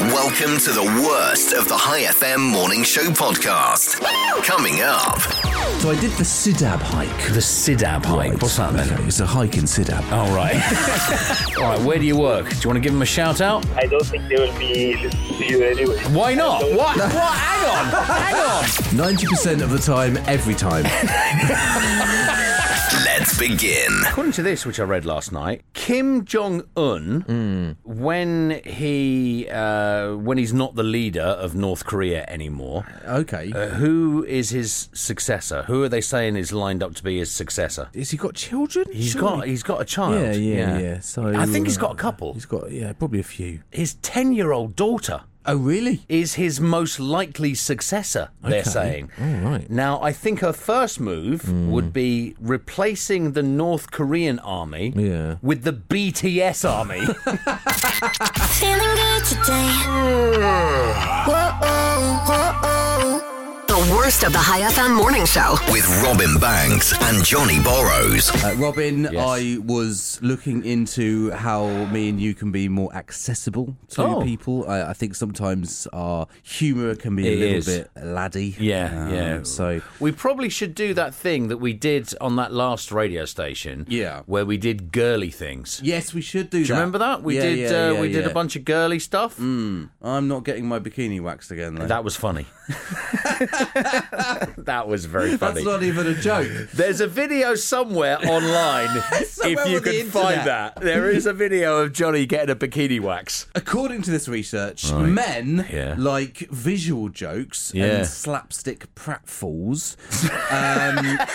Welcome to the worst of the High FM Morning Show podcast. Coming up, So I did the Sidab hike. The Sidab hike. Right. Oh, What's that then? Oh. Okay, it's a hike in Sidab. All right. All right. Where do you work? Do you want to give them a shout out? I don't think they will be listening to you anyway. Why not? What? What? Hang on. Hang on. 90% of the time, every time. let's begin. According to this, which I read last night, Kim Jong Un, when he uh, when he's not the leader of North Korea anymore, okay. uh, who is his successor? Who are they saying is lined up to be his successor? Has he got children? He's Surely- got he's got a child. Yeah, yeah, yeah. So I think he's got a uh, couple. He's got yeah, probably a few. His ten year old daughter. Oh really? is his most likely successor, they're Okay. saying. All right. Hmm. Now, I think her first move would be replacing the North Korean army Yeah. with the BTS army. Feeling good today. The worst of the High FM morning show. With Robin Banks and Johnny Borrows. Uh, Robin, Yes. I was looking into how me and you can be more accessible to Oh. people. I, I think sometimes our humour can be a It little is. bit laddie. yeah, Um, yeah. So we probably should do that thing that we did on that last radio station. Yeah. Where we did girly things. yes, we should do. Do you remember that? We Yeah, did yeah, uh, yeah, we did yeah. Mm. a bunch of girly stuff. I'm not getting my bikini waxed again. Though. That was funny. that was very funny. That's not even a joke. There's a video somewhere online Somewhere if you on the can find internet. that. There is a video of Johnny getting a bikini wax. According to this research, men Yeah. like visual jokes Yeah. and slapstick pratfalls. um,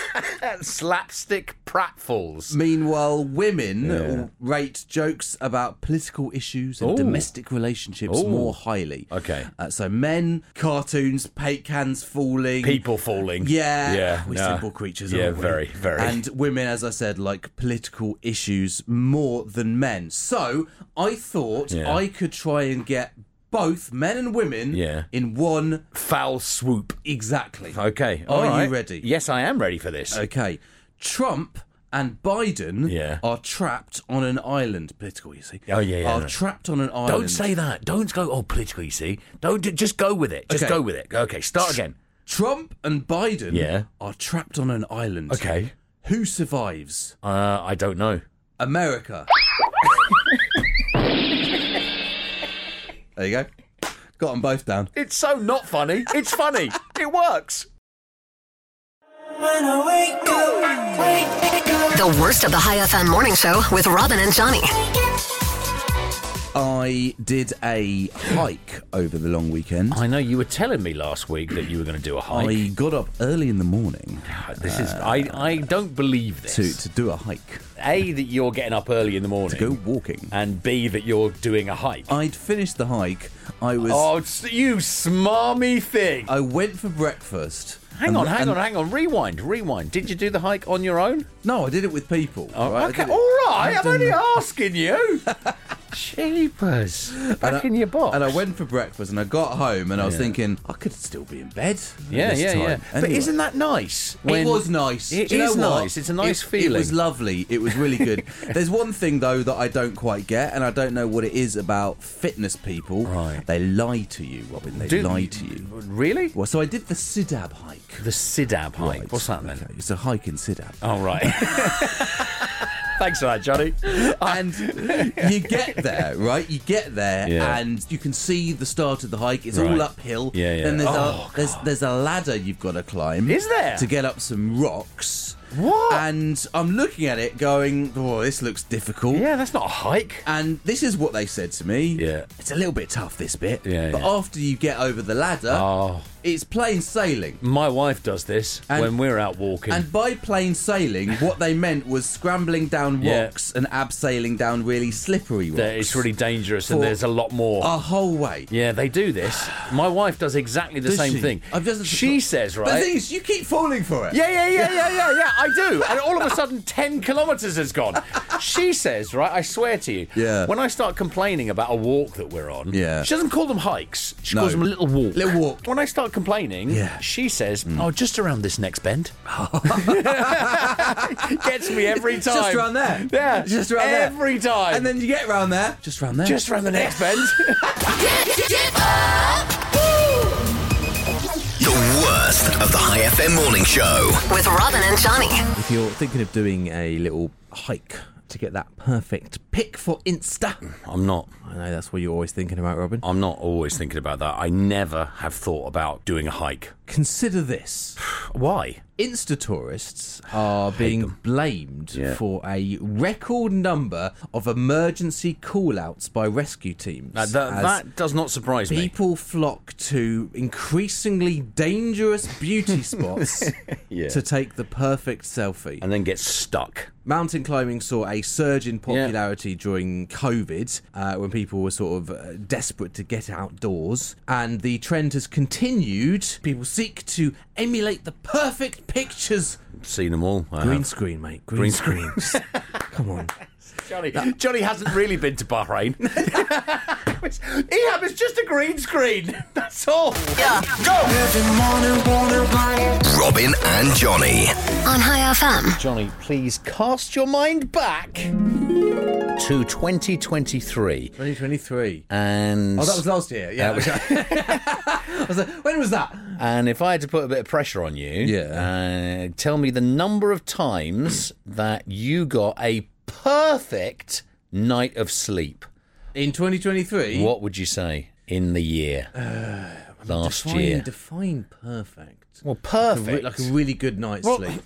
Slapstick pratfalls. Meanwhile, women rate jokes about political issues and Ooh. domestic relationships Ooh. more highly. Okay. Uh, so men, cartoons, paint cans falling. People falling. Yeah. Yeah. We're nah. simple creatures, Yeah, aren't we? very, very. And women, as I said, like political issues more than men. So I thought Yeah. I could try and get both men and women Yeah. in one Foul swoop. exactly. Okay. Are all you right. ready? Yes, I am ready for this. Okay. Trump and Biden Yeah. are trapped on an island. Political, you see. Oh, yeah, yeah, Are no. trapped on an island. Don't say that. Don't go, oh, political, you see. Don't, ju- just go with it. Just Okay. go with it. Okay, start again. Trump and Biden Yeah. are trapped on an island. Okay. Who survives? Uh, I don't know. America. there you go. Got them both down. It's so not funny. It's funny. it works. The worst of the High FM morning show with Robin and Johnny. I did a hike over the long weekend. I know you were telling me last week that you were going to do a hike. I got up early in the morning This is I, I don't believe this. to, to do a hike, A that you're getting up early in the morning, go walking. and B that you're doing a hike. I'd finished the hike. I was. oh, s- you smarmy thing! I went for breakfast. hang and- on, hang and- on, hang on. Rewind, rewind. Did you do the hike on your own? No, I did it with people. all right? I Oh, okay, did it- all right. I've I'm done only the- asking you. Cheapers, back and I- in your box. And I went for breakfast, and I got home, and I was thinking I could still be in bed. at Yeah, this yeah, time. yeah. But Anyway. isn't that nice? it was nice. It Do you know is what? nice. It's a nice It- feeling. It was lovely. It was really good. There's one thing though that I don't quite get, and I don't know what it is about fitness people. Right. They lie to you, Robin. They Do- lie to you. Really? Well, so I did the Sidab hike. The Sidab hike. What's that then? Oh. Okay, It's a hike in Sidab. All right. Thanks for that, Johnny. and you get there, right? You get there, Yeah. and you can see the start of the hike. It's Right. all uphill. Yeah, yeah. Then there's, Oh, a, there's there's a ladder you've got to climb. Is there? to get up some rocks? What? Oh. And I'm looking at it, going, "Oh, this looks difficult." Yeah, that's not a hike. And this is what they said to me. Yeah. It's a little bit tough, this bit. Yeah, But yeah. after you get over the ladder, Oh. it's plain sailing. My wife does this And- when we're out walking. And by plain sailing, what they meant was scrambling down Yeah. rocks and abseiling down really slippery rocks. that it's really dangerous and For- there's a lot more. a whole way. yeah, they do this. My wife does exactly the Does same she? thing. I've just- she says, But the thing right? is, you keep falling for it. Yeah, yeah, yeah, yeah, yeah, yeah, I do. And all of a sudden, 10 kilometres has gone. She says, right, I swear to you, Yeah. when I start complaining about a walk that we're on, Yeah. she doesn't call them hikes, she No. calls them a little walk. Little walk. When I start complaining, Yeah. Mm. she says, oh, just around this next bend. Gets me every It's time. Just around there. Yeah. It's Just around there. every time. And then you get round there. Just round there. just around the next bend. Yeah, yeah, worst of the High FM morning show. with Robin and Johnny. If you're thinking of doing a little hike to get that perfect pick for Insta, I'm not. I know that's what you're always thinking about, Robin. I'm not always thinking about that. I never have thought about doing a hike. Consider this. Why? Insta tourists are being blamed Yeah. for a record number of emergency call outs by rescue teams. That, that, as that does not surprise me. people flock to increasingly dangerous beauty spots Yeah. to take the perfect selfie. And then get stuck. Mountain climbing saw a surge in popularity during COVID uh, when people were sort of uh, desperate to get outdoors. And the trend has continued. People seek to emulate the perfect pictures. Seen them all. I Green have. screen, mate. Green, screen. Green Come on. Johnny, Johnny hasn't really been to Bahrain. Ehab is just a green screen. That's all. Robin and Johnny. On High FM. Johnny, please cast your mind back to 2023. 2023. And Oh, that was last year. Yeah. I was like, when was that? and if I had to put a bit of pressure on you, Yeah. uh, tell me the number of times that you got a perfect night of sleep. In 2023. What would you say in the year? Uh, last Define, year. define perfect. well, Re- perfect. Like a really good night's Well- sleep.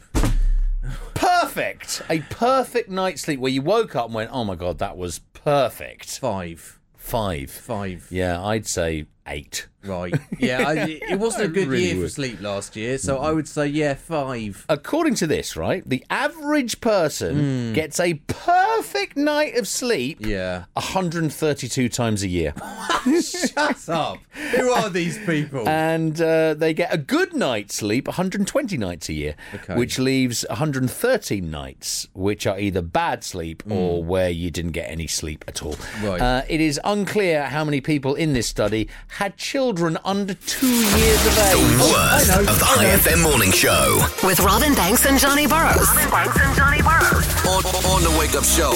perfect. A perfect night's sleep where you woke up and went, "Oh my god, that was perfect." Five. Five. Five. Yeah, I'd say eight. Right. Yeah, I, it wasn't a good really year for would. sleep last year, so I would say yeah, five. According to this, right, the average person gets a perfect night of sleep Hmm. Yeah. 132 times a year. Shut up. Who are these people? And uh, they get a good night's sleep 120 nights a year, Okay. which leaves 113 nights, which are either bad sleep or where you didn't get any sleep at all. Hmm. Right. Uh, it is unclear how many people in this study had children under two years of age. Worst I know, of the I High know. FM morning show. With Robin Banks and Johnny Burrows. Robin Banks and Johnny Burrows. On, on the wake up show.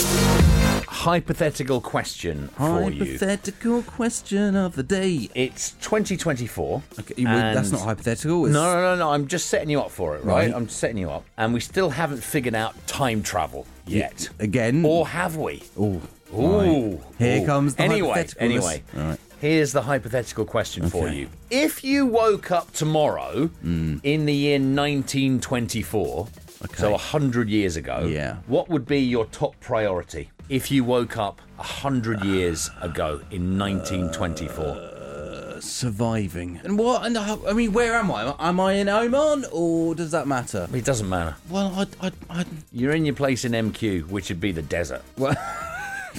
Hypothetical question for you. Hypothetical question of the day. It's 2024. Okay, you- well, that's and- not hypothetical. It's, No, no, no, no. I'm just setting you up for it, right? Right. I'm setting you up. And we still haven't figured out time travel yet. Again. Oh, Or have we? Ooh. Ooh. Here Ooh. comes the Anyway, hypotheticalness. anyway. All right. Here's the hypothetical question for Okay. Hmm. you. If you woke up tomorrow in the year 1924, so 100 years ago, Yeah. what would be your top priority if you woke up 100 years ago in 1924? Uh. Surviving. And what? And how- I mean, where am I? Am I in Oman or does that matter? it doesn't matter. Well, I, I, I You're in your place in MQ, which would be the desert. Well-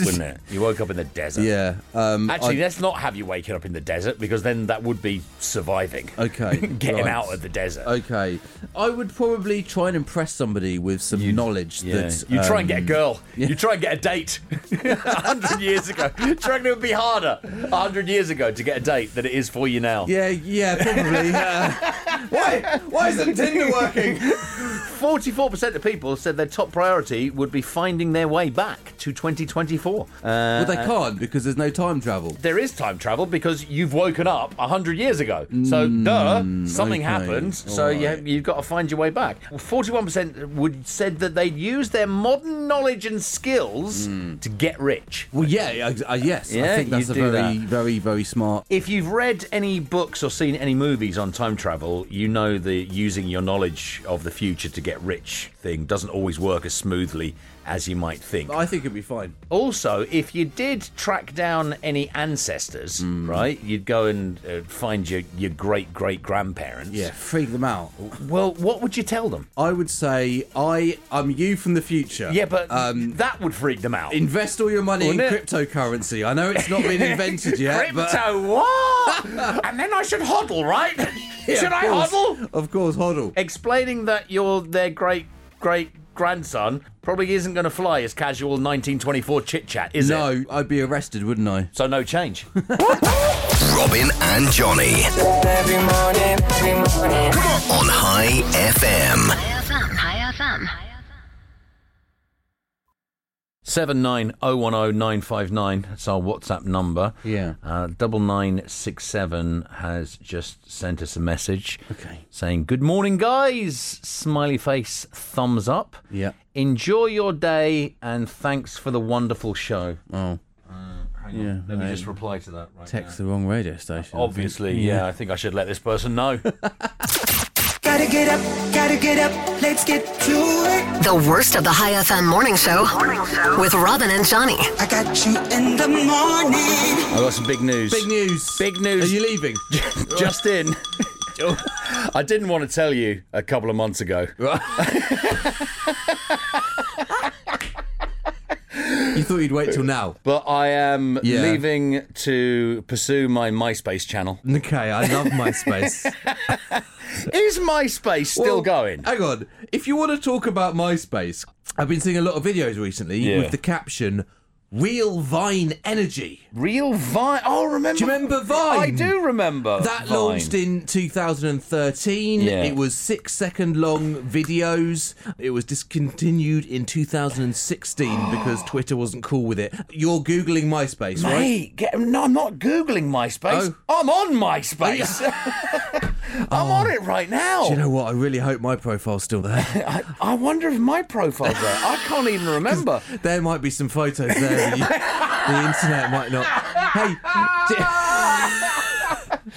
wouldn't it? You woke up in the desert. yeah. Um, Actually, I- let's not have you waking up in the desert because then that would be surviving. Okay, Getting right. out of the desert. okay. I would probably try and impress somebody with some knowledge Yeah. that You try and um, get a girl. You try and get a date. A hundred years ago. Trying it would be harder a hundred years ago to get a date than it is for you now. Yeah, yeah, probably. uh, why? Why isn't Tinder working? Uh, Forty-four percent of people said their top priority would be finding their way back to 2024. Uh, Well, they can't because there's no time travel. there is time travel because you've woken up a hundred years ago. So, duh, something okay, happened. So you alright. you've got to find your way back. Forty-one percent would said that they'd use their modern knowledge and skills to get rich. Well, yeah, I, I, yes, I Yeah, think that's you a do very, that. very, very smart. If you've read any books or seen any movies on time travel, you know the using your knowledge of the future to get rich thing doesn't always work as smoothly as you might think. I think it'd be fine. Also, if you did track down any ancestors, Hmm. right, you'd go and uh, find your, your great great grandparents. Yeah, freak them out. Well, what would you tell them? I would say I, I'm you from the future. Yeah, but um, that would freak them out. invest all your money in Wouldn't it? cryptocurrency. I know it's not been invented yet, Crypto, but what? and then I should huddle, right? Yeah, should of I course. huddle? Of course, hodl. explaining that you're their great great grandson probably isn't going to fly as casual 1924 chit chat, is it? No, I'd be arrested, wouldn't I? So no change. Robin and Johnny. On High FM. High FM. High FM. Seven nine oh one oh nine five nine. That's our WhatsApp number. Yeah. Uh, double nine six seven has just sent us a message. Okay. Saying good morning, guys. Smiley face, thumbs up. Yeah. Enjoy your day and thanks for the wonderful show. Uh, Oh, Hang on. Yeah, Let me I- just reply to that right text the wrong radio station. now. Obviously, yeah. I think I should let this person know. Gotta get up, gotta get up, let's get to it. The worst of the High FM morning show, with Robin and Johnny. I got you in the morning. I've got some big news. Big news. Big news. Are you leaving? Just in. I didn't want to tell you a couple of months ago. you thought you'd wait till now. But I am Yeah. leaving to pursue my MySpace channel. Okay, I love MySpace. Is MySpace still Well, going? Hang on. If you want to talk about MySpace, I've been seeing a lot of videos recently Yeah. with the caption "Real Vine Energy." Real Vine? Oh, remember? Do you remember Vine? I do remember. That Uh, Vine. launched in 2013. Yeah. It was six second long videos. It was discontinued in 2016 because Twitter wasn't cool with it. You're Googling MySpace, right? Oh. Mate, get, no, I'm not Googling MySpace. I'm on MySpace. I'm on it right now. Do you know what? I really hope my profile's still there. I, I wonder if my profile's there. I can't even remember. there might be some photos there. That you, the internet might not. Hey, do,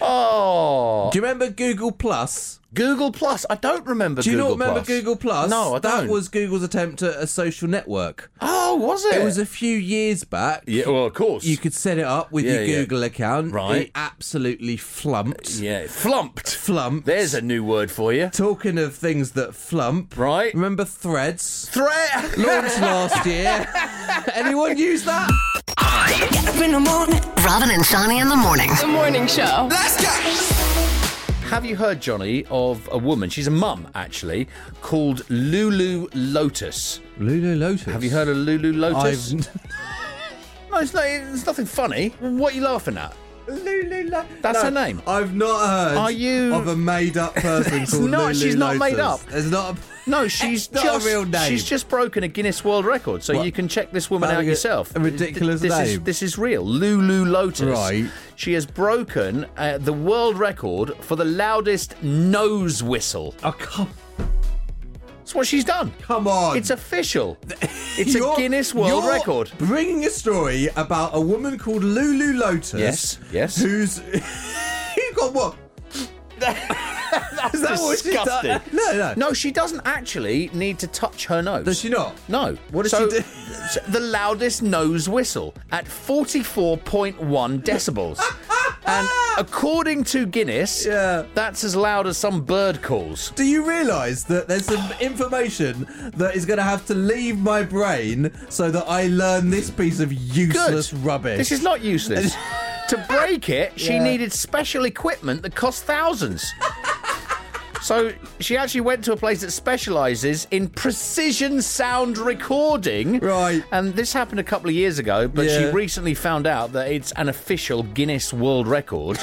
Oh. do you remember Google Plus? Google Plus. I don't remember Do you Google not remember Plus. Google Plus? No, I That don't. was Google's attempt at a social network. Oh, was it? It was a few years back. Yeah, well, of course. You could set it up with Yeah, your yeah. Google account. Right. It absolutely flumped. yeah, flumped. Flump. There's a new word for you. Talking of things that flump. Right. Remember threads? Threat. Launched last year. Anyone use that? Up in the morning. Robin and Johnny in the morning. Morning show. Let's go. Have you heard, Johnny, of a woman? She's a mum, actually, called Lulu Lotus. Lulu Lotus. Have you heard of Lulu Lotus? I've- No, it's, not, it's nothing funny. What are you laughing at? Lulu Lotus. That's her name. I've not heard Are you- of a made up person It's called not- Lulu she's not made Lotus. up. There's not a. No, she's Not a just real name. she's just broken a Guinness World Record, so What? you can check this woman out Having a- yourself. a ridiculous Th- this Is, name. this is real, Lulu Lotus. Right. She has broken uh, the world record for the loudest nose whistle. Oh, come, That's what she's done. come on. It's official. It's a You're- Guinness World you're Record. Bringing a story about a woman called Lulu Lotus. Yes, yes. Who's who got what? That's that what she's done? disgusting. No, no. No, she doesn't actually need to touch her nose. Does she not? No. What does so, she do? so The loudest nose whistle at 44.1 decibels. and according to Guinness, Yeah. that's as loud as some bird calls. Do you realise that there's some information that is going to have to leave my brain so that I learn this piece of Good. useless rubbish? This is not useless. to break it, she Yeah. needed special equipment that cost thousands. So she actually went to a place that specialises in precision sound recording. Right. And this happened a couple of years ago, but she Yeah. recently found out that it's an official Guinness World Record.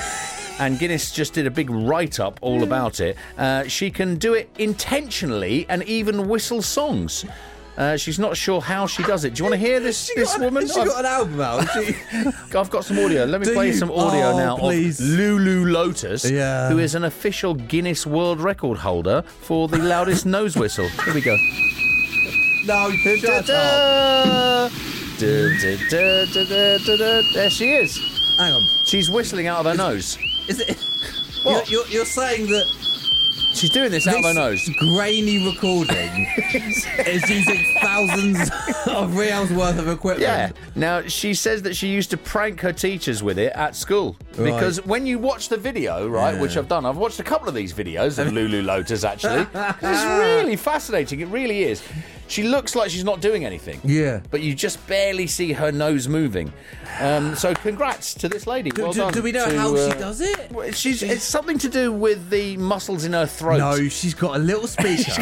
and Guinness just did a big write up all about it. Uh, she can do it intentionally and even whistle songs. Uh, she's not sure how she does it. Do you want to hear this, She this got an- woman? She got an album out. She- I've got some audio. Let me Do play you? some audio Oh, now please. of Lulu Lotus, Yeah. who is an official Guinness World Record holder for the loudest nose whistle. Here we go. no, shut up. Da-da. Da-da-da-da-da-da. There she is. Hang on. She's whistling out of her nose. Is it? What? You're, you're, you're saying that She's doing this out of her this nose. grainy recording is using thousands of reals worth of equipment? Yeah. Now she says that she used to prank her teachers with it at school because when you watch the video, right, which I've done, I've watched a couple of these videos of Lulu Lotus actually. 'cause it's really fascinating. It really is. She looks like she's not doing anything. Yeah. But you just barely see her nose moving. Um, so congrats to this lady. Do, well do- done do we know to, how uh, she does it? well, She's, it's something to do with the muscles in her throat. No, she's got a little speaker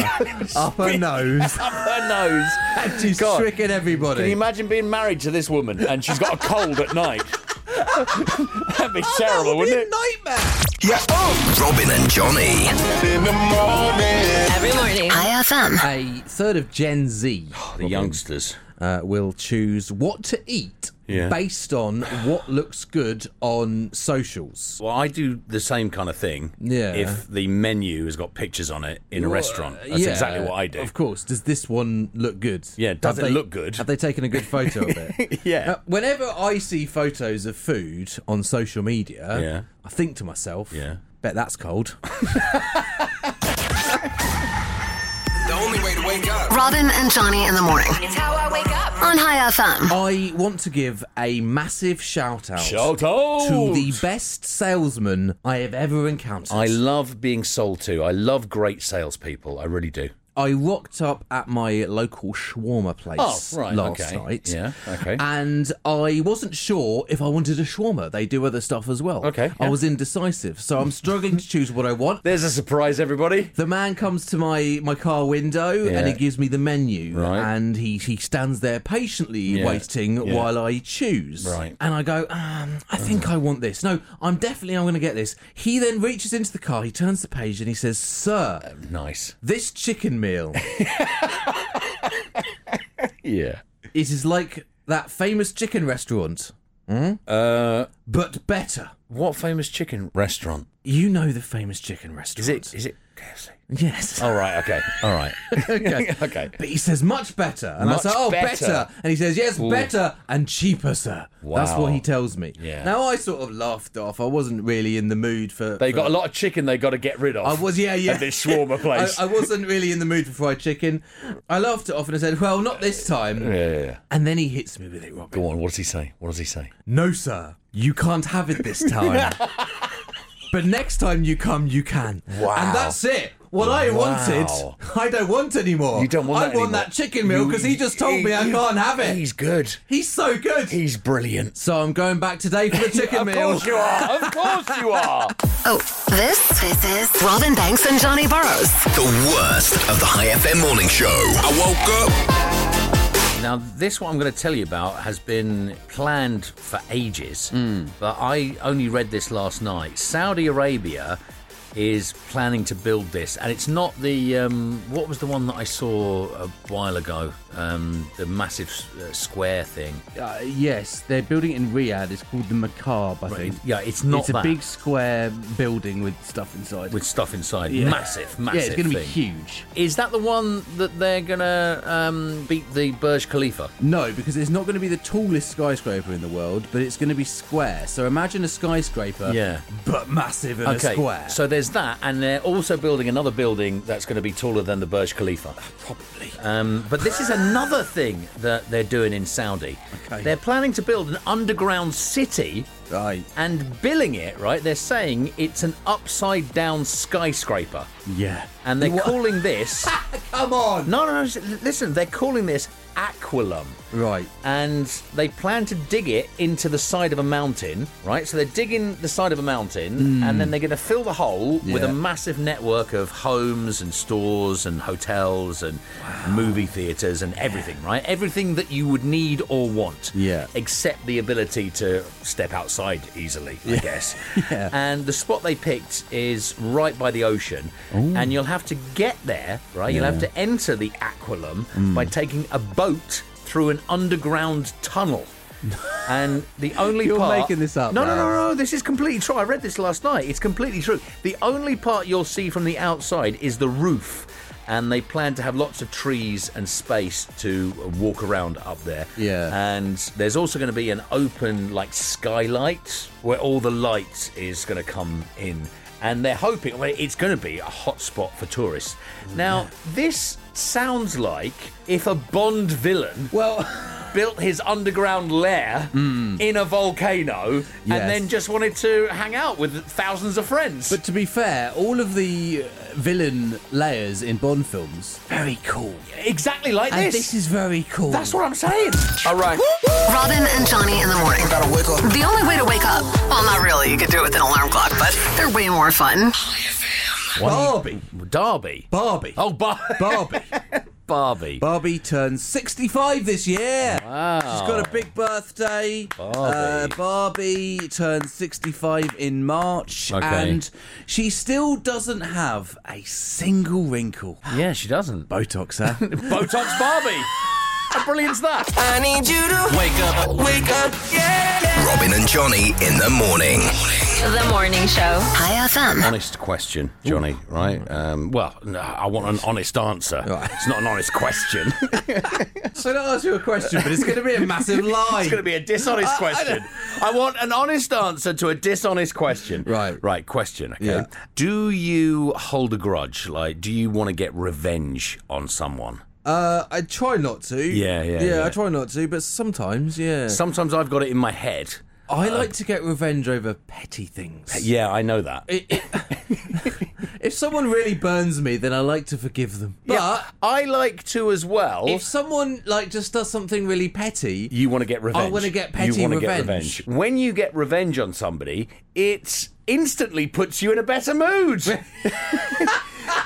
up her nose. Up her nose. and she's Oh God. tricking everybody. Can you imagine being married to this woman and she's got a cold at night? That'd Oh, be terrible, What a wouldn't it? nightmare! Yeah. Robin and Johnny. In the morning. Every morning. High FM. A third of Gen Z The youngsters. uh, will choose what to eat Yeah. based on what looks good on socials. Well, I do the same kind of thing. Yeah. If the menu has got pictures on it in a restaurant, that's Yeah, exactly what I do. Of course. Does this one look good? Yeah, does Have it look good? Have they taken a good photo of it? Yeah. Uh, whenever I see photos of food on social media, Yeah. I think to myself, Yeah. bet that's cold. The only way to wake up. Robin and Johnny in the morning It's how I wake up. on High FM. I want to give a massive shout out Shout to out! the best salesman I have ever encountered. I love being sold to. I love great salespeople. I really do. I rocked up at my local shawarma place Oh, right, last okay. night. Yeah, okay. And I wasn't sure if I wanted a shawarma. They do other stuff as well. Okay, I yeah. was indecisive, so I'm struggling to choose what I want. There's a surprise, everybody. The man comes to my, my car window Yeah. and he gives me the menu. Right. And he, he stands there patiently Yeah, waiting yeah. while I choose. Right. And I go, um, I think I want this. No, I'm definitely I'm going to get this. He then reaches into the car, he turns the page, and he says, Sir, Nice. this chicken meal. Yeah. It is like that famous chicken restaurant, Hmm? Uh, but better. what famous chicken restaurant You know the famous chicken restaurant. is it? Is it Oh. KFC? Yes. All right. Okay. All right. Okay. okay. But he says much better, and Much I say, "Oh, better. better." and he says, "Yes, better and cheaper, sir." That's Wow. what he tells me. Yeah. Now I sort of laughed off. I wasn't really in the mood for. They for- got a lot of chicken. They got to get rid of. I was, yeah, yeah. At this shawarma place. I, I wasn't really in the mood for fried chicken. I laughed it off and I said, "Well, not this time." yeah, yeah, yeah. And then he hits me with it, Robin. Go on. What does he say? What does he say? No, sir, you can't have it this time. but next time you come, you can. Wow. And that's it. What I Wow. wanted, I don't want anymore. You don't want I that want anymore. that chicken meal because he just told me I can't have it. He's, He's good. so good. He's brilliant. so I'm going back today for the chicken Of meal. course you are. Of course you are. Oh, this this is Robin Banks and Johnny Burrows. The worst of the High FM morning show. I woke up. Now, this what I'm going to tell you about has been planned for ages, Hmm. but I only read this last night. Saudi Arabia is planning to build this, and it's not the um, what was the one that I saw a while ago, um, the massive uh, square thing. Uh, yes, they're building it in Riyadh. It's called the Macabre, I think. Yeah, it's not it's a that, big square building with stuff inside. with stuff inside. Yeah. Massive, yeah, massive. it's going to be thing. huge. Is that the one that they're going to um, beat the Burj Khalifa? No, because it's not going to be the tallest skyscraper in the world, but it's going to be square. So imagine a skyscraper, Yeah. but massive and a square. So there's that, and they're also building another building that's going to be taller than the Burj Khalifa. Probably. Uh, Um, but this is another thing that they're doing in Saudi. Okay. They're planning to build an underground city right. and billing it, right? They're saying it's an upside down skyscraper. Yeah. And they're calling this. Come on. no, no, no, s- listen, they're calling this Aquilum Right. and they plan to dig it into the side of a mountain, right? So they're digging the side of a mountain, and then they're going to fill the hole with Hmm. Yeah. a massive network of homes and stores and hotels and movie theaters and everything, right? Everything that you would need or want, Yeah. except the ability to step outside easily, I guess. Yeah. And the spot they picked is right by the ocean, and you'll have to get there, right? You'll have to enter the Aquilum Mm. by taking a boat through an underground tunnel. and the only You're part making this up, No, no, Ralph. no, no. This is completely true. I read this last night. It's completely true. The only part you'll see from the outside is the roof. And they plan to have lots of trees and space to walk around up there. Yeah. And there's also going to be an open, like, skylight where all the light is going to come in. And they're hoping well, it's going to be a hotspot for tourists. Now, this sounds like if a Bond villain Well, built his underground lair in a volcano Yes. and then just wanted to hang out with thousands of friends. but to be fair, all of the uh, villain layers in Bond films very cool. exactly like And this. this is very cool. That's what I'm saying. All right. Robin and Johnny in the morning. Gotta wake up. The only way to wake up. Well, not really. You could do it with an alarm clock, but they're way more fun. Barbie. Derby. Barbie. Oh, Bar- Barbie. Barbie. Barbie turns 65 this year. Wow. She's got a big birthday. Barbie. Uh, Barbie turns 65 in March. Okay. And she still doesn't have a single wrinkle. yeah, she doesn't. Botox, huh? Botox Barbie. How brilliant's that? I need you to wake up, wake up, yeah. yeah. Robin and Johnny in the morning. The morning show. Hi FM. Honest question, Johnny, right? Um, well, no, I want an honest answer. It's not an honest question. it's So I don't ask you a question, but it's going to be a massive lie. going to be a dishonest question. I, want an honest answer to a dishonest question. Right. Right, question, okay? Yeah. Do you hold a grudge? Like, do you want to get revenge on someone? Uh, I try not to. Yeah, yeah, yeah. yeah. I try not to, but sometimes, yeah. Sometimes I've got it in my head. uh, I like to get revenge over petty things. Yeah, I know that. It- it- if someone really burns me, then I like to forgive them. But Yeah, I like to as well. if someone like just does something really petty, You want to get revenge. wanna get You petty wanna get revenge. revenge. When you get revenge on somebody, it instantly puts you in a better mood.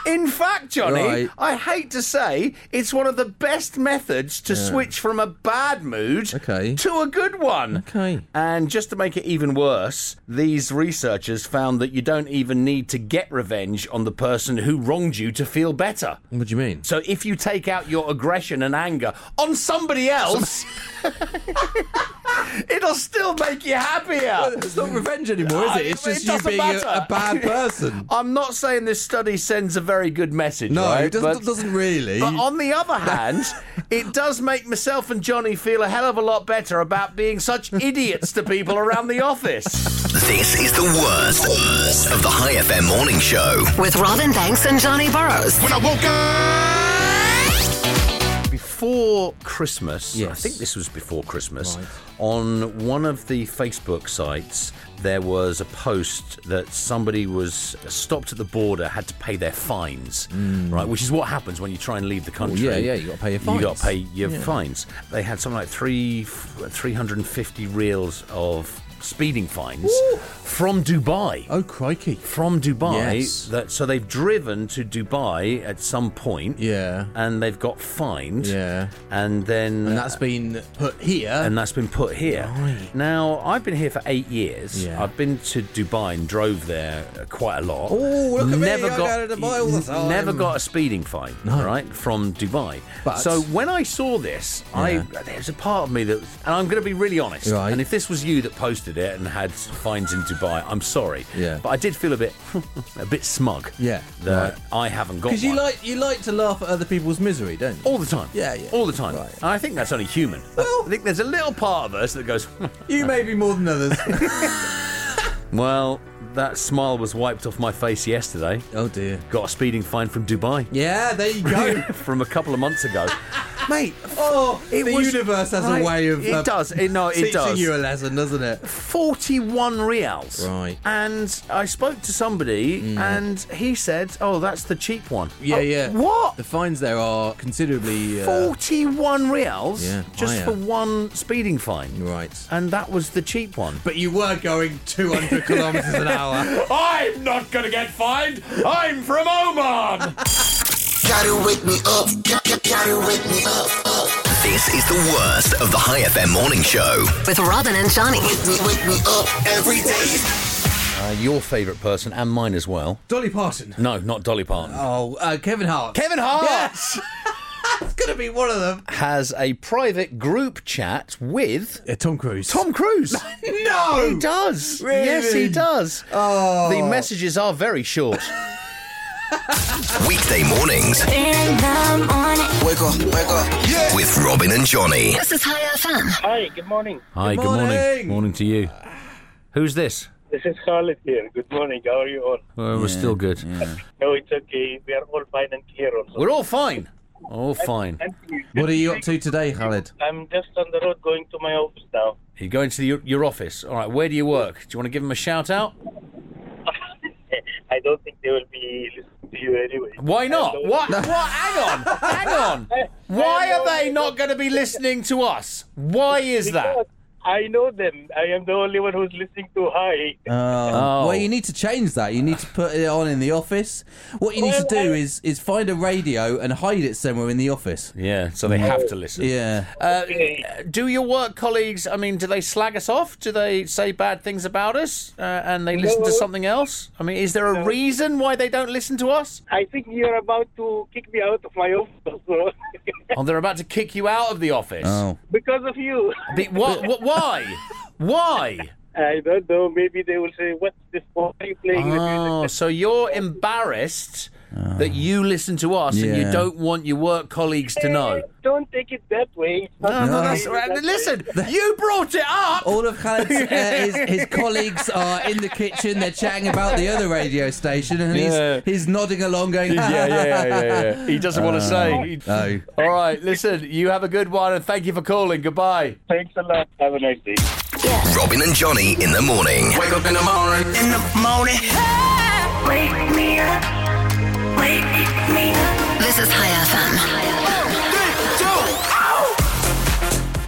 in fact, Johnny, Right. I hate to say, it's one of the best methods to switch from a bad mood Okay. to a good one. Okay. And just to make it even worse, these researchers found that you don't even need to get revenge on the person who wronged you to feel better. what do you mean? So if you take out your aggression and anger on somebody else, it'll still make you happier. It's not revenge anymore, is I- it? It's it just you doesn't being a, matter. a bad person. I'm not saying this study sends a very good message. No, right? it doesn't, But- doesn't really. but on the other hand, it does make myself and Johnny feel a hell of a lot better about being such idiots to people around the office. This is the worst of the High FM morning show. With Robin Banks and Johnny Burrows. When I woke up. Before Christmas, I Yes. think this was before Christmas, on one of the Facebook sites, there was a post that somebody was stopped at the border, had to pay their fines, right? Which is what happens when you try and leave the country. Hmm. yeah, yeah, you gotta pay your You got fines. to pay your fines. They had something like three, 350 reels of speeding fines from Dubai oh, crikey. from Dubai. Yes. That, so they've driven to Dubai at some point. Yeah. And they've got fined. Yeah. And then. uh, And that's been put here. and that's been put here. Right. Now, I've been here for eight years. Yeah. I've been to Dubai and drove there uh, quite a lot. Oh, look at me, never I Got, go to Dubai all the time. Never got a speeding fine, No. right, from Dubai. But- so when I saw this, I there's a part of me that, and I'm going to be really honest. Right. And if this was you that posted it and had fines in Dubai, I'm sorry. Yeah. But I did feel a bit, a bit smug. Yeah, That I haven't got. Because you one. like you like to laugh at other people's misery, don't you? All the time. Yeah, yeah. All the time. Right. And I think that's only human. Well- I think there's a little part of us that goes, "Hmm." You may be more than others. well, that smile was wiped off my face yesterday. oh dear. Got a speeding fine from Dubai. Yeah, there you go. from a couple of months ago. Mate, Oh, it the was- universe has Right, a way of it uh, does. It- no, it teaching does. you a lesson, doesn't it? 41 reals. Right. Mm. And I spoke to somebody and he said, oh, that's the cheap one. Yeah, Oh, yeah. What? The fines there are considerably uh, 41 reals Yeah, just higher. for one speeding fine. right. And that was the cheap one. But you were going 200 kilometers an hour. I'm not going to get fined. I'm from Oman. Gotta wake me up, gotta, gotta wake me up, up, This is the worst of the High FM morning show. With Robin and Johnny. me, wake me up every day. uh, your favourite person and mine as well. Dolly Parton. No, not Dolly Parton. Oh, uh, Kevin Hart. Kevin Hart It's gonna be one of them. has a private group chat with Uh, Tom Cruise. Tom Cruise. No. He does. Really? Yes, he does. Oh. The messages are very short. Weekday mornings In the morning. Wake up, wake up. with Robin and Johnny. This is High FM. Hi, good morning. Hi, Good good morning. morning. Morning to you. Who's this? This is Khalid here. Good morning. How are you all? we're still good. No, it's okay. We are all fine and clear also. We're all fine. All fine. Thank you. What are you up to today, Khalid? I'm just on the road going to my office now. You're going to the, your, your office. All right, where do you work? Do you want to give him a shout out? I don't think they will be listening to you anyway. Why not? Hello. What? what? Hang on. Hang on. Why are they not going to be listening to us? Why is that? Because I know them. I am the only one who's listening to Hi. Oh. Well, you need to change that. You need to put it on in the office. What you need to do is is find a radio and hide it somewhere in the office. Yeah, so they have to listen. Yeah. Uh, Okay. do your work colleagues? I mean, do they slag us off? Do they say bad things about us? Uh, and they listen to No. something else? I mean, is there a reason why they don't listen to us? I think you're about to kick me out of my office so Oh, they're about to kick you out of the office. Oh. because of you. Be- what, what? Why? Why? I don't know. Maybe they will say, "What's this? Why are you playing with Oh, music?" so you're embarrassed that you listen to us and you Yeah. don't want your work colleagues to know. Don't take it that way. It's not No, no, really that's, Oh, that way. listen, you brought it up. All of Khaled's, uh, his, his colleagues are in the kitchen. They're chatting about the other radio station, and he's Yeah. he's nodding along, going, yeah, yeah, yeah, yeah, yeah. He doesn't want to say. He- Uh, no. All right, listen, you have a good one and thank you for calling. Goodbye. Thanks a lot. Have a nice day. Robin and Johnny in the morning. Wake up in the morning. In the morning. Wake me up. Wake me up. This is High FM.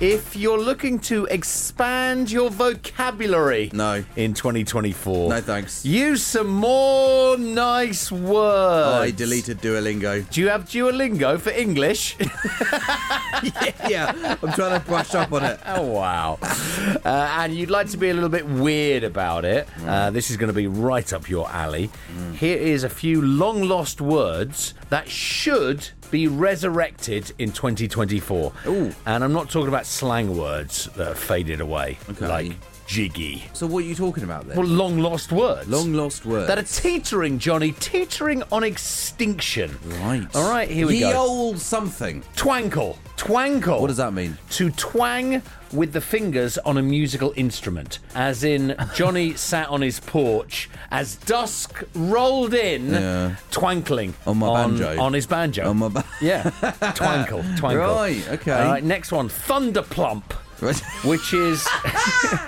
If you're looking to expand your vocabulary No. in 2024, No, thanks. use some more nice words. I deleted Duolingo. Do you have Duolingo for English? Yeah, I'm trying to brush up on it. Oh, wow. Uh, and you'd like to be a little bit weird about it. Mm. Uh, this is going to be right up your alley. Here is a few long lost words that should be resurrected in 2024. Ooh. And I'm not talking about slang words that have faded away, like jiggy. So, what are you talking about then? Well, long lost words. Long lost word. that are teetering, Johnny, teetering on extinction. right. All right, here we Ye go. old something. Twankle. Twankle. What does that mean? to twang with the fingers on a musical instrument. As in, Johnny sat on his porch as dusk rolled in, Yeah. twankling On my on, banjo. on his banjo. On my ba- yeah, twankle, twankle. Right, okay. All right, next one, thunderplump. Which is,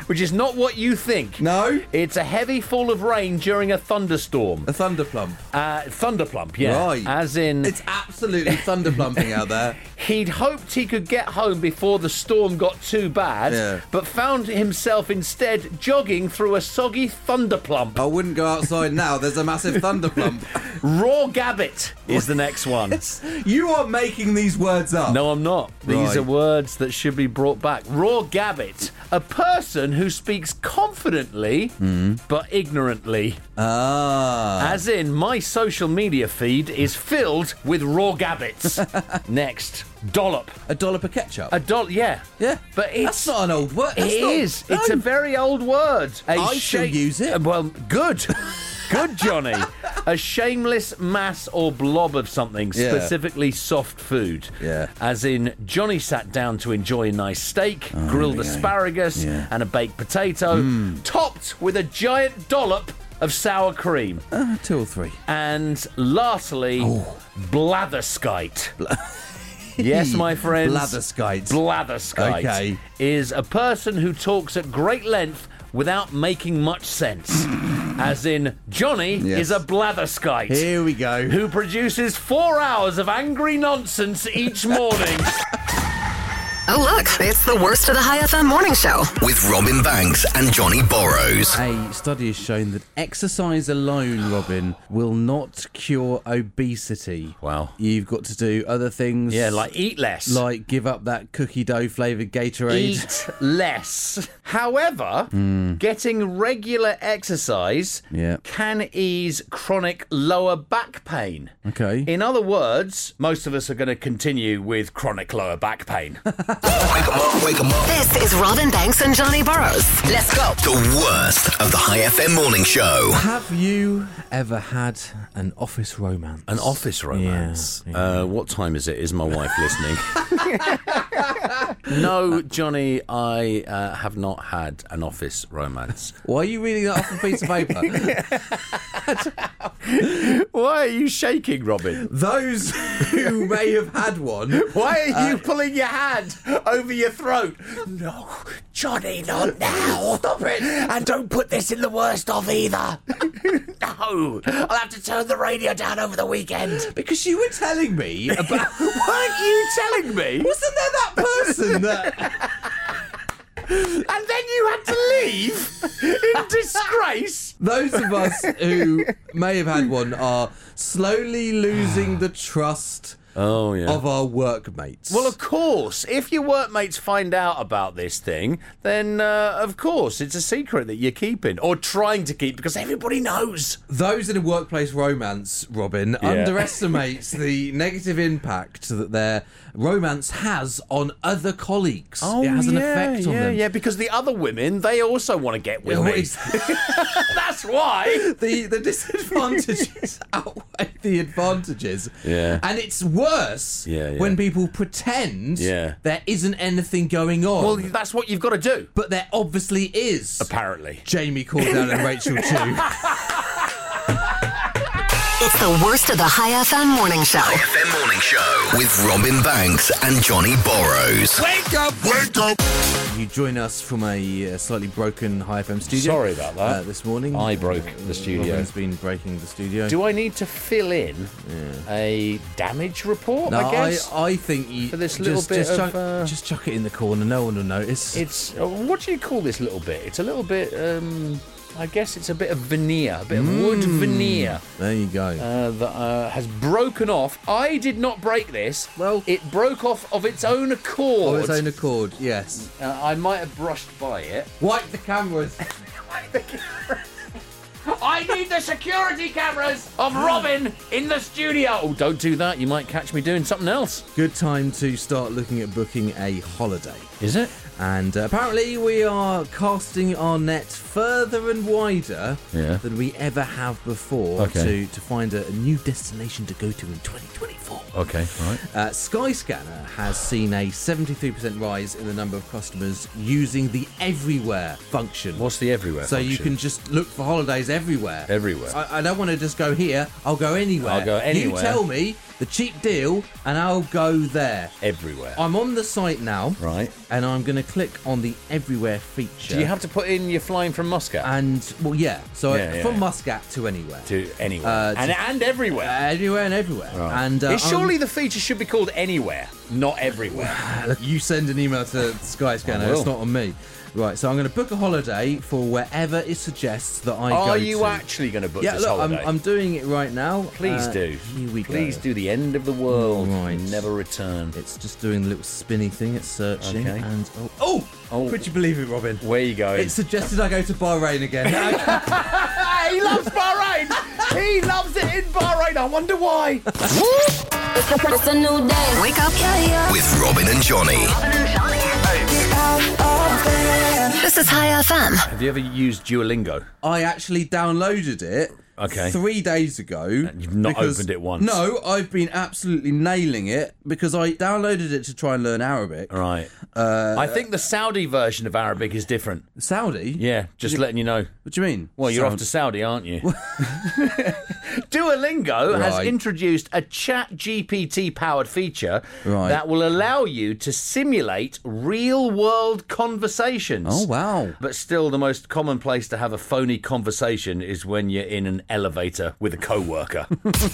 which is not what you think. No? it's a heavy fall of rain during a thunderstorm. A thunderplump. Uh, thunderplump, yeah. Right. As in, It's absolutely thunderplumping out there. He'd hoped he could get home before the storm got too bad, Yeah. but found himself instead jogging through a soggy thunderplump. I wouldn't go outside now. There's a massive thunderplump. Raw gabbit is the next one. you are making these words up. No, I'm not. These Right. are words that should be brought back. Raw gabbit, a person who speaks confidently Hmm. but ignorantly. Ah. As in, my social media feed is filled with raw gabbits. next, dollop. A dollop of ketchup. A dollop, yeah. yeah. But it's That's not an old word. That's It not- is. No. It's a very old word. I I shall use it. Well, good. good, Johnny. A shameless mass or blob of something, Yeah. specifically soft food. Yeah. As in, Johnny sat down to enjoy a nice steak, grilled asparagus, Oh, Yeah. Hmm. and a baked potato, topped with a giant dollop of sour cream. Uh, two or three. And lastly, Oh. blatherskite. yes, my friends. Blatherskite. Blatherskite Okay. is a person who talks at great length without making much sense. As in, Johnny Yes. is a blatherskite Here we go. who produces four hours of angry nonsense each morning. Oh, look, it's the worst of the High FM morning show. With Robin Banks and Johnny Borrows. A study has shown that exercise alone, Robin, will not cure obesity. Wow. You've got to do other things. yeah, like eat less. like give up that cookie dough flavored Gatorade. Eat less. However, getting regular exercise Yeah. can ease chronic lower back pain. Okay. In other words, most of us are going to continue with chronic lower back pain. Wake 'em up, wake 'em up. This is Robin Banks and Johnny Burrows. Let's go. The worst of the High FM morning show. Have you ever had an office romance? An office romance. Uh, what time is it? Is my wife listening? no, Johnny, I uh, have not had an office romance. Why are you reading that off a piece of paper? Why are you shaking, Robin? Those who may have had one. Why are you pulling your hand over your throat? Uh, No, Johnny, not now. Stop it. And don't put this in the worst of either. no, I'll have to turn the radio down over the weekend. Because you were telling me about. Weren't you telling me? Wasn't there that person that. And then you had to leave in disgrace. Those of us who may have had one are slowly losing the trust Oh, yeah. of our workmates. Well, of course, if your workmates find out about this thing, then uh, of course it's a secret that you're keeping or trying to keep because everybody knows. those in a workplace romance, Robin, underestimates the negative impact that their romance has on other colleagues. it has an effect on Oh, yeah, them. Oh, Yeah, because the other women they also want to get with Yeah, me. what is- That's why. the the disadvantages outweigh the advantages. Yeah. And it's worse Yeah, yeah. when people pretend Yeah. there isn't anything going on. Well, that's what you've got to do. but there obviously is. Apparently. Jamie Cordell and Rachel Chu. It's the worst of the High FM morning show. FM Morning Show with Robin Banks and Johnny Borrows. Wake up! Wake up! You join us from a uh, slightly broken High FM studio. Sorry about that. Uh, this morning. I broke the studio. Robin's been breaking the studio. Do I need to fill in a damage report? no, I guess. I, think you For this just, little bit just of, chuck, uh, just chuck it in the corner. No one will notice. It's uh, what do you call this little bit? It's a little bit. Um, I guess it's a bit of veneer, a bit of wood Hmm. veneer there you go. uh, that uh, has broken off. I did not break this. Well- it broke off of its own of accord. Oh, its own accord. Yes. uh, I might have brushed by it. Wipe the cameras. I need the security cameras of Robin in the studio. Hmm. Oh, don't do that. You might catch me doing something else. Good time to start looking at booking a holiday. Is it? And uh, apparently, we are casting our net further and wider Yeah. than we ever have before Okay. to, to find a, a new destination to go to in 2024. Okay, right. Uh, Skyscanner has seen a 73% rise in the number of customers using the everywhere function. What's the everywhere? so you function? can just look for holidays everywhere. Everywhere. I, I don't want to just go here. I'll go anywhere. I'll go You anywhere. tell me the cheap deal, and I'll go there. everywhere. I'm on the site now. Eh. Right. And I'm going to click on the everywhere feature. Do you have to put in you're flying from Moscow And, well, yeah. So Yeah, I, yeah, from yeah. Muscat to anywhere. to anywhere Uh, to- and and everywhere? Anywhere and everywhere. And uh, It's surely I'm- the feature should be called anywhere, not everywhere. Look, you send an email to I Skyscanner. will. It's not on me. Right, so I'm going to book a holiday for wherever it suggests that I go Are you to. actually going to book yeah, this look, holiday? I'm, I'm doing it right now. Please Uh, do. Here we Please go. do. The end of the world. Right. Never return. It's just doing the little spinny thing. It's searching. Okay. And oh, oh, Oh. could you believe it, Robin? Where you going? It suggested I go to Bahrain again. Ah, he loves Bahrain. he loves it in Bahrain. I wonder why. It's a new day. Wake up With Robin and Johnny. and Johnny. This is High FM. Have you ever used Duolingo? I actually downloaded it. Okay. Three days ago. you've not opened it once. No, I've been absolutely nailing it because I downloaded it to try and learn Arabic. Right. Uh, I think the Saudi version of Arabic is different. Saudi? Yeah, just letting you know. What do you mean? Well, you're off Sound- to Saudi, aren't you? Duolingo has Right. introduced a chat GPT powered feature Right. that will allow you to simulate real world conversations. Oh, wow. But still, the most common place to have a phony conversation is when you're in an elevator with a co worker. This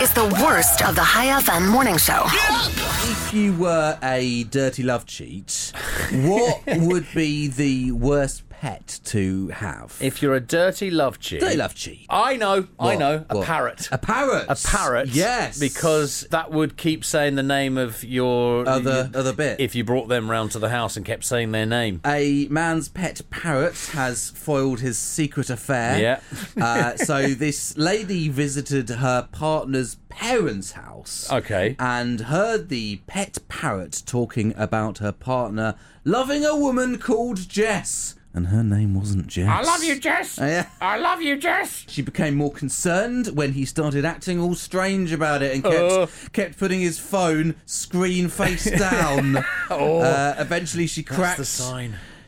is the worst of the High FM morning show. If you were a dirty love cheat, what would be the worst pet to have? if you're a dirty love cheat. dirty love cheat. I know, I What? know, a What? parrot. A parrot. a parrot. Yes. because that would keep saying the name of your Other- other bit. If you brought them round to the house and kept saying their name, a man's pet parrot has foiled his secret affair. Yeah. uh, so this lady visited her partner's parents' house. Okay. And heard the pet parrot talking about her partner loving a woman called Jess. And her name wasn't Jess. I love you, Jess. yeah. I love you, Jess. She became more concerned when he started acting all strange about it and kept Oh. kept putting his phone screen face down. Oh. uh, eventually, she cracked.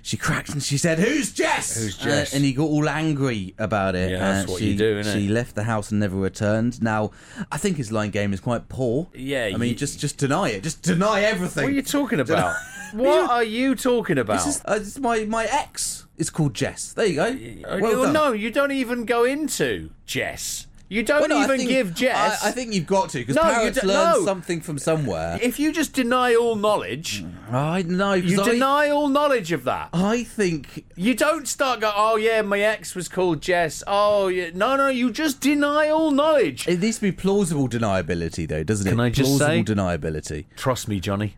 She cracked and she said, "Who's Jess?" Who's Jess? Uh, and he got all angry about it. Yeah, that's Uh, what she, you do, innit? She left the house and never returned. Now, I think his line game is quite poor. Yeah, I mean, you- just just deny it. Just deny everything. What are you talking about? what are you talking about? This is, uh, this is my my ex is called Jess. There you go. Uh, Well well, done. no, you don't even go into Jess. You don't Well, no, I even think- give Jess. I, I think you've got to because No, you parrots don't- learn no. something from somewhere. if you just deny all Mm. knowledge, I know. 'cause you I, deny all knowledge of that. I think You don't start going, oh yeah, my ex was called Jess. Oh yeah, no, no, you just deny all knowledge. it needs to be plausible deniability, though, doesn't it? Can I just plausible say- deniability? Trust me, Johnny.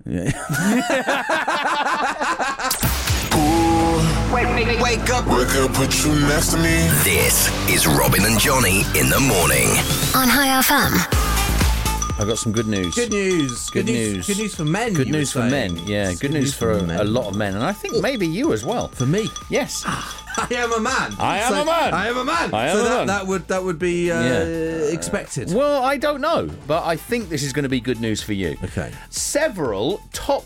Wake up. Wake up, put you next to me. This is Robin and Johnny in the morning. On High FM. I've got some good news. Good news. Good news. Good news for men. Good you were news for saying. men. Yeah, good, news, for a, a lot of men, and I think maybe you as well. For me, Ah. Yes. I am a man. I am a man. I am a man. I am so a that, man. that would that would be uh, Yeah. expected. Well, I don't know, but I think this is going to be good news for you. Okay. Several top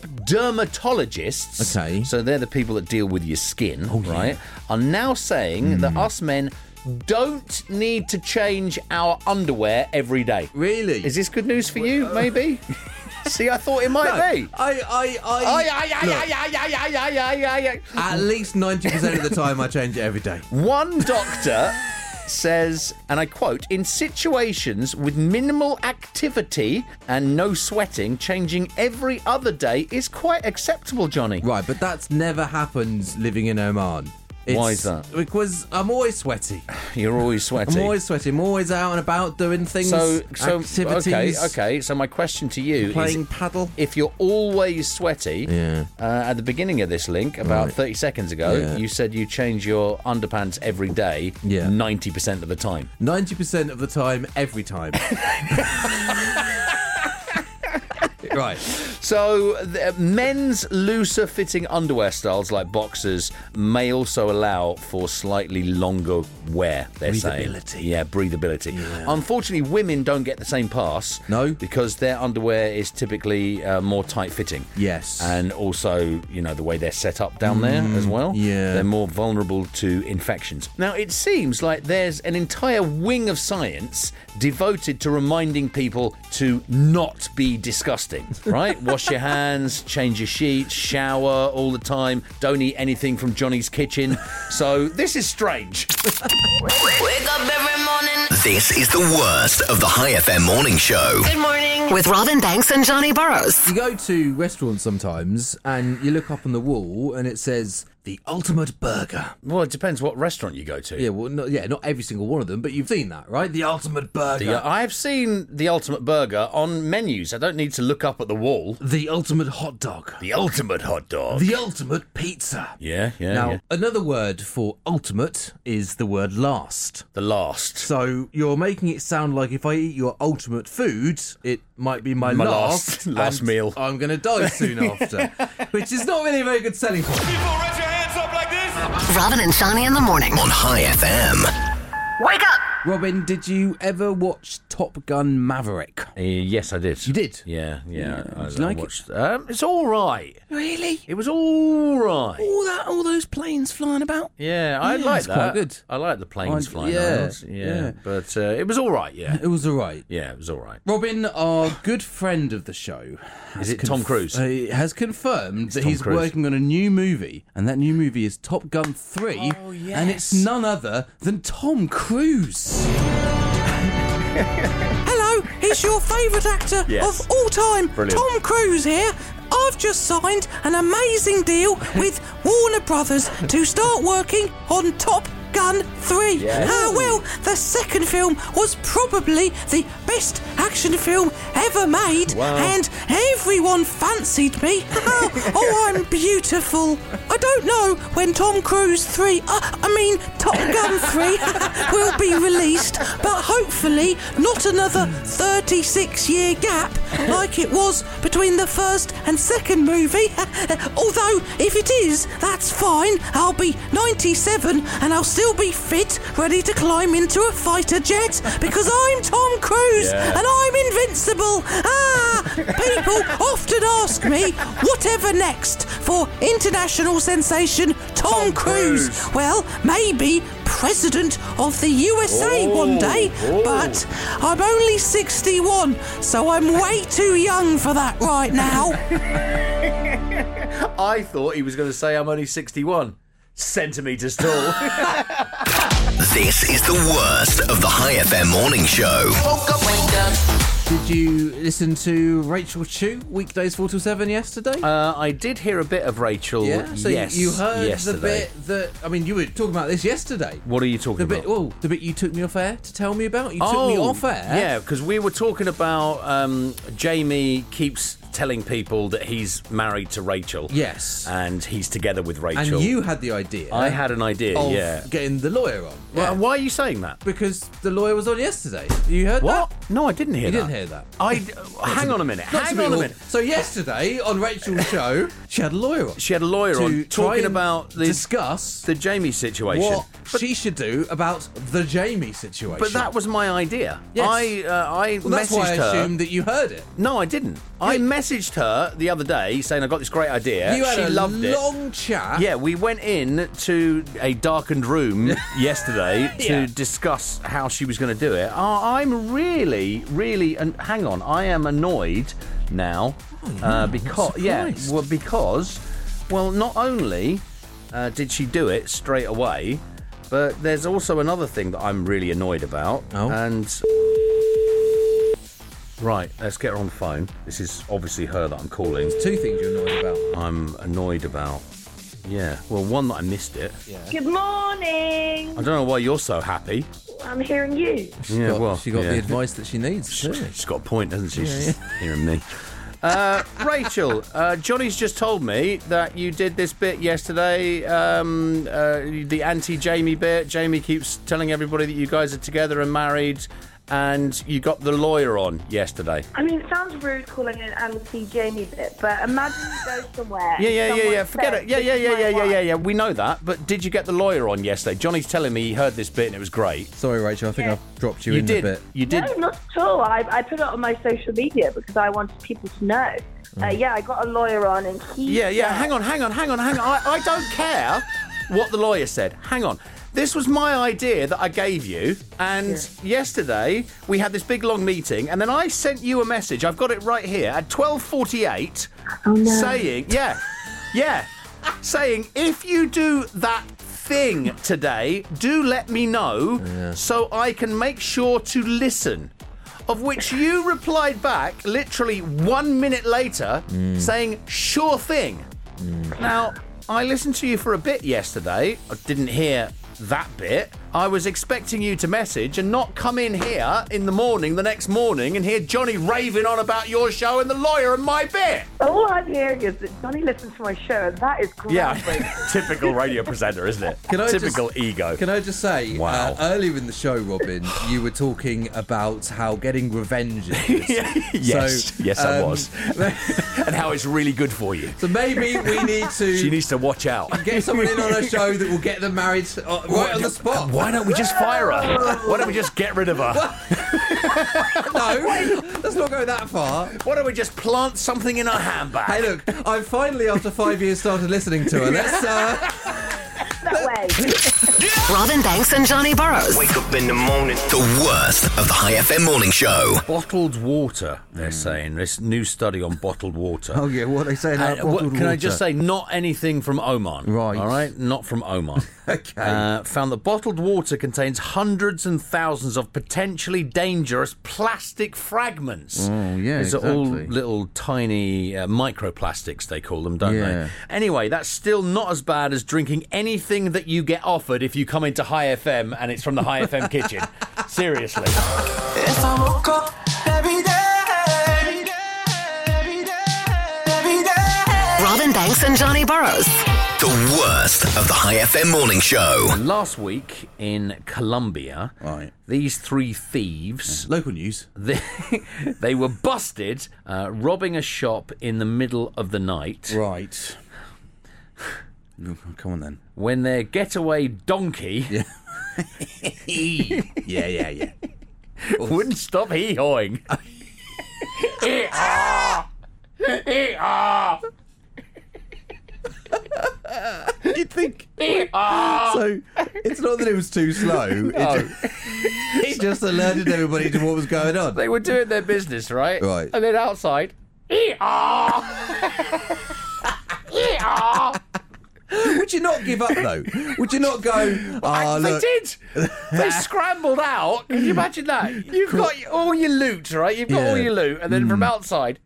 dermatologists, Okay. Oh, so they're the people that deal with your skin, right, are now saying Hmm. that us men don't need to change our underwear every day. Really? Is this good news for you, uh, maybe? See, I thought it might be. I, I, I, Aye, aye, aye, Look, aye, aye, aye, aye, aye, aye, aye. At least ninety percent of the time, I change it every day. One doctor says, and I quote, in situations with minimal activity and no sweating, changing every other day is quite acceptable, Johnny. Right, but that's never happens living in Oman. It's Why is that? Because I'm always sweaty. You're always I'm sweaty. always sweaty. I'm always out and about doing things, so, so activities, okay, okay. So my question to you playing is. paddle. If you're always sweaty, Yeah. uh, at the beginning of this link, about 30 seconds ago, Yeah. you said you change your underpants every day, Yeah. 90% of the time. Ninety percent of the time, every time. right. So, the, uh, men's looser fitting underwear styles like boxers may also allow for slightly longer wear, they're saying. Breathability. Yeah, breathability. Unfortunately, women don't get the same pass. No. Because their underwear is typically uh, more tight fitting. Yes. And also, you know, the way they're set up down there as well. Mm, yeah. They're more vulnerable to infections. Now, it seems like there's an entire wing of science devoted to reminding people to not be disgusting, right? Wash your hands, change your sheets, shower all the time, don't eat anything from Johnny's kitchen. So, this is strange. Wake up every morning. This is the worst of the High FM morning show. Good morning. With Robin Banks and Johnny Burrows. You go to restaurants sometimes, and you look up on the wall, and it says the ultimate burger. Well, it depends what restaurant you go to. Yeah, well, not, yeah, not every single one of them, but you've seen that, right? The ultimate burger. The- uh, I've seen the ultimate burger on menus. I don't need to look up at the wall. the ultimate hot dog. The ultimate hot dog. The ultimate pizza. yeah, yeah. Now, yeah. another word for ultimate is the word last. The last. So you're making it sound like if I eat your ultimate food, it might be my, My last- last last and meal. I'm going to die soon after, which is not really a very good selling point. Robin and Johnny in the morning. On High FM. Wake up! Robin, did you ever watch Top Gun Maverick? Uh, yes, I did. You did? Yeah, yeah. I, Did you I like it? watched. Um, it's all right. Really? It was all right. All that, all those planes flying about? Yeah, I Yeah, like it's that. quite good. I like the planes I- flying yeah, around. Yeah, yeah. but uh, it was all right. Yeah, It was all right. yeah, it was all right. Robin, our good friend of the show, Is has it Tom Cruise? uh, has confirmed that Tom he's Cruise. working on a new movie, and that new movie is Top Gun 3, Oh, and it's none other than Tom Cruise. Hello, it's your favourite actor Yes. of all time, Brilliant. Tom Cruise here. I've just signed an amazing deal with Warner Brothers to start working on Top Gun 3. Ah, well, the second film was probably the best action film ever made, and everyone fancied me. Oh, oh, I'm beautiful. I don't know when Tom Cruise 3, uh, I mean, Top Gun 3 will be released, but hopefully not another 36 year gap like it was between the first and second movie. Although, if it is, that's fine. I'll be 97 and I'll still be fit, ready to climb into a fighter jet because I'm Tom Cruise Yeah. and I'm invincible. Ah, people often ask me, whatever next for international sensation Tom, Cruise? Cruise. Well, maybe president of the USA one day, oh. but I'm only 61, so I'm way too young for that right now. I thought he was going to say I'm only 61 centimeters tall. This is the worst of the High FM morning show. Did you listen to Rachel Chu weekdays four till seven yesterday? Uh, I did hear a bit of Rachel. yeah. So yes, you heard the yesterday. bit that I mean, you were talking about this yesterday. What are you talking The about? Oh, bit, oh, the bit you took me off air to tell me about. You took me off air. Yeah, because we were talking about um, Jamie keeps telling people that he's married to Rachel. Yes. And he's together with And Rachel. you had the idea. I had an idea, of yeah. Getting the lawyer on. Well, why are you saying that? Because the lawyer was on yesterday. You heard What? that? No, I didn't hear You that. didn't hear that. I uh, hang on a minute. Not to Hang be on a all- minute. So yesterday on Rachel's show, she had a lawyer on. She had a lawyer to on try talking and about the, discuss the Jamie situation. what she should do about the Jamie situation. But that was my idea. Yes. I uh, I Well, that's messaged why I her. assumed that you heard it. No, I didn't. I messaged her the other day saying I got this great idea. you had she a loved it. long chat. Yeah, we went in to a darkened room yesterday to Yeah. discuss how she was going to do it. I- I'm really, really, and hang on, I am annoyed now Hmm, uh, because yeah, surprised. well, because well, not only uh, did she do it straight away, but there's also another thing that I'm really annoyed about, Oh. and. Right, let's get her on the phone. This is obviously her that I'm calling. Two things you're annoyed about. I'm annoyed about. Yeah, well, one that I missed it. Good morning. I don't know why you're so happy. I'm hearing you. She's Yeah, got, well, she got yeah. the advice that she needs. clearly. She's got a point, doesn't she? She's hearing me. Uh, Rachel, uh, Johnny's just told me that you did this bit yesterday, um, uh, the anti Jamie bit. Jamie keeps telling everybody that you guys are together and married, and you got the lawyer on yesterday. I mean, it sounds rude calling it an anti Jamie bit, but imagine you go somewhere. Yeah, yeah, yeah, someone yeah. Forget says, it. Yeah, yeah, "This is yeah, my yeah, yeah, wife." yeah, yeah. We know that, but did you get the lawyer on yesterday? Johnny's telling me he heard this bit and it was great. Sorry, Rachel. I think I've dropped you, You in did. a bit. You did. No, not at all. I, I put it on my social media because I wanted people to know. Uh, yeah, I got a lawyer on, and he. Mm. Yeah, yeah. Hang on, hang on, hang on, hang on. I, I don't care what the lawyer said. Hang on. This was my idea that I gave you, and yesterday we had this big long meeting, and then I sent you a message. I've got it right here at twelve forty-eight, saying, "Yeah, yeah, saying if you do that thing today, do let me know so I can make sure to listen." Of which you replied back literally one minute later, saying, "Sure thing." Now, I listened to you for a bit yesterday. I didn't hear that bit. I was expecting you to message and not come in here in the morning, the next morning, and hear Johnny raving on about your show and the lawyer and my bit. All I'm hearing is that Johnny listens to my show, and that is great. typical radio presenter, isn't it? Can I just- typical ego. Can I just say, Wow. uh, earlier in the show, Robin, you were talking about how getting revenge is. yes, So, yes, I um, was, and how it's really good for you. So maybe we need to She needs to watch out. get someone in on a show that will get them married uh, right on the spot. Why don't we just fire her? Why don't we just get rid of her? No, let's not go that far. Why don't we just plant something in her handbag? Hey, look, I've finally, after five years, started listening to her. Let's, uh, that way. Robin Banks and Johnny Burrows. Wake up in the morning. The worst of the High FM morning show. bottled water. They're Hmm. saying this new study on bottled water. oh yeah, what are they saying? And about what- bottled can I just water? say, not anything from Oman. Right. All right. Not from Oman. Okay. Uh, found that bottled water contains hundreds and thousands of potentially dangerous plastic fragments. Oh, yeah, These are all exactly. little tiny uh, microplastics, they call them, don't Yeah. they? Anyway, that's still not as bad as drinking anything that you get offered if you come into High FM and it's from the High FM kitchen. Seriously. If I woke up every day, every day, every day, every day. Robin Banks and Johnny Burrows. The worst of the High FM morning show. Last week in Colombia, Right. these three thieves Local news. they, they were busted uh, robbing a shop in the middle of the night Right. No, Come on then. when their getaway donkey Yeah, yeah, yeah. wouldn't stop hee hawing. Oh, You'd think. so it's not that it was too slow. It, ju- it just alerted everybody to what was going on. They were doing their business, right? Right. And then outside, hee haw! Hee haw! Would you not give up though? Would you not go? Ah, they look, did. They scrambled out. Can you imagine that? You've got all your loot, right? You've got all Yeah. your loot, and then from Mm. outside.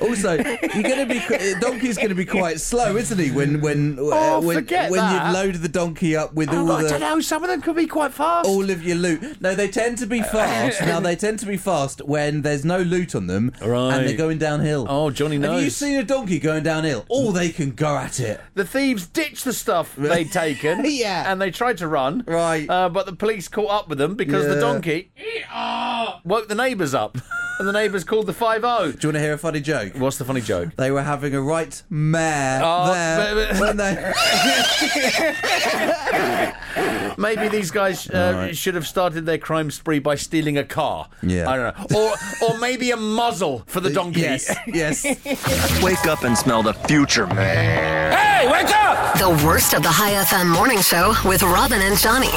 Also, you're going to be qu- uh, donkey's going to be quite slow, isn't he? When when uh, Oh, when, forget when that. you've loaded the donkey up with all Oh, I the Oh. don't know. Some of them could be quite fast. all of your loot. No, they tend to be Uh, fast. now they tend to be fast when there's no loot on them, Right. and they're going downhill. Oh, Johnny Have you knows. seen a donkey going downhill? Oh, they can go at it. The thieves ditched the stuff they'd taken. yeah. And they tried to run. Right. Uh, but the police caught up with them because the Yeah. donkey woke the neighbours up. And the neighbours called the 5 0. Do you want to hear a funny joke? What's the funny joke? They were having a right mare Oh, there but- but- when they. Maybe these guys uh, should have started their crime spree by stealing a car. Yeah. I don't know. Or, or maybe a muzzle for the donkey. Yes, yes. Wake up and smell the future, man. Hey, wake up! The worst of the High FM morning show with Robin and Johnny.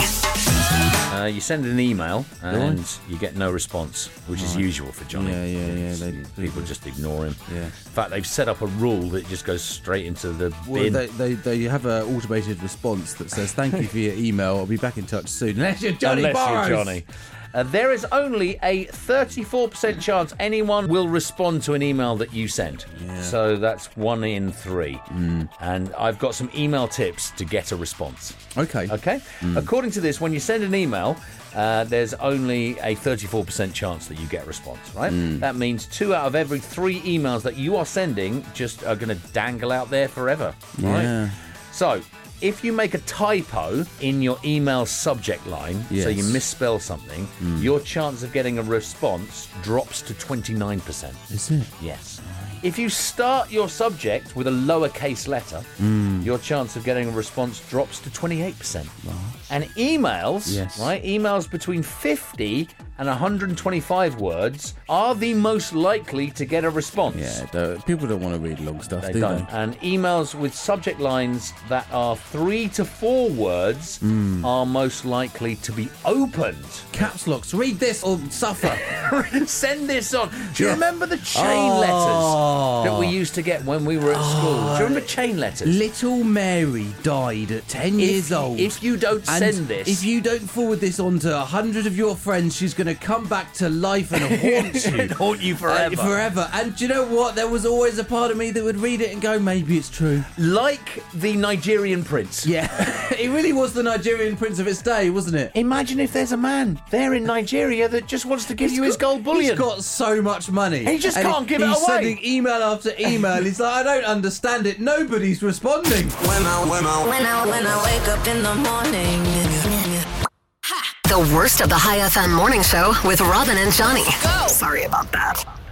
Uh, you send an email and Right. you get no response, which is Right. usual for Johnny. Yeah, yeah, yeah, It's- they- people just ignore him. Yeah. In fact, they've set up a rule that just goes straight into the Well, bin. they, they, they have an automated response that says, Thank you for your email. I'll be back in touch soon. Unless you're Johnny Unless Burrows. you're Johnny. Uh, there is only a 34% chance anyone will respond to an email that you send. So that's one in three. Hmm. And I've got some email tips to get a response. Okay. Hmm. Okay? According to this, when you send an email, uh, there's only a 34% chance that you get a response, right? Hmm. That means two out of every three emails that you are sending just are going to dangle out there forever, right? Yeah. So, if you make a typo in your email subject line, so you Yes. Hmm. misspell something, your chance of getting a response drops to 29%. Is it? Yes. If you start your subject with a lowercase letter, your chance of getting a response drops to 28%. And emails, Yes. right? Emails between 50 and 125 words are the most likely to get a response. Yeah, don't- people don't want to read long stuff, They do don't. And emails with subject lines that are three to four words Hmm. are most likely to be opened. they? Caps locks, read this or suffer. Send this on. Do you Yeah. remember the chain Oh. letters that we used to get when we were at school? Do you remember chain letters? Little Mary died at 10 If- years old. if you don't And send this- If you don't forward this on to 100 of your friends, she's going to come back to life and haunt you. It'd haunt you Uh, forever. forever. And do you know what? There was always a part of me that would read it and go, maybe it's true. Like the Nigerian prince. Yeah, it really was the Nigerian prince of its day, wasn't it? Imagine if there's a man there in Nigeria that just wants to give you his gold bullion. He's got so much money. He just And can't give it he's away. sending email after email. He's like, I don't understand it. Nobody's responding. When I, when I, When I, when I wake up in the morning. The worst of the High FM morning show with Robin and Johnny. Sorry about that.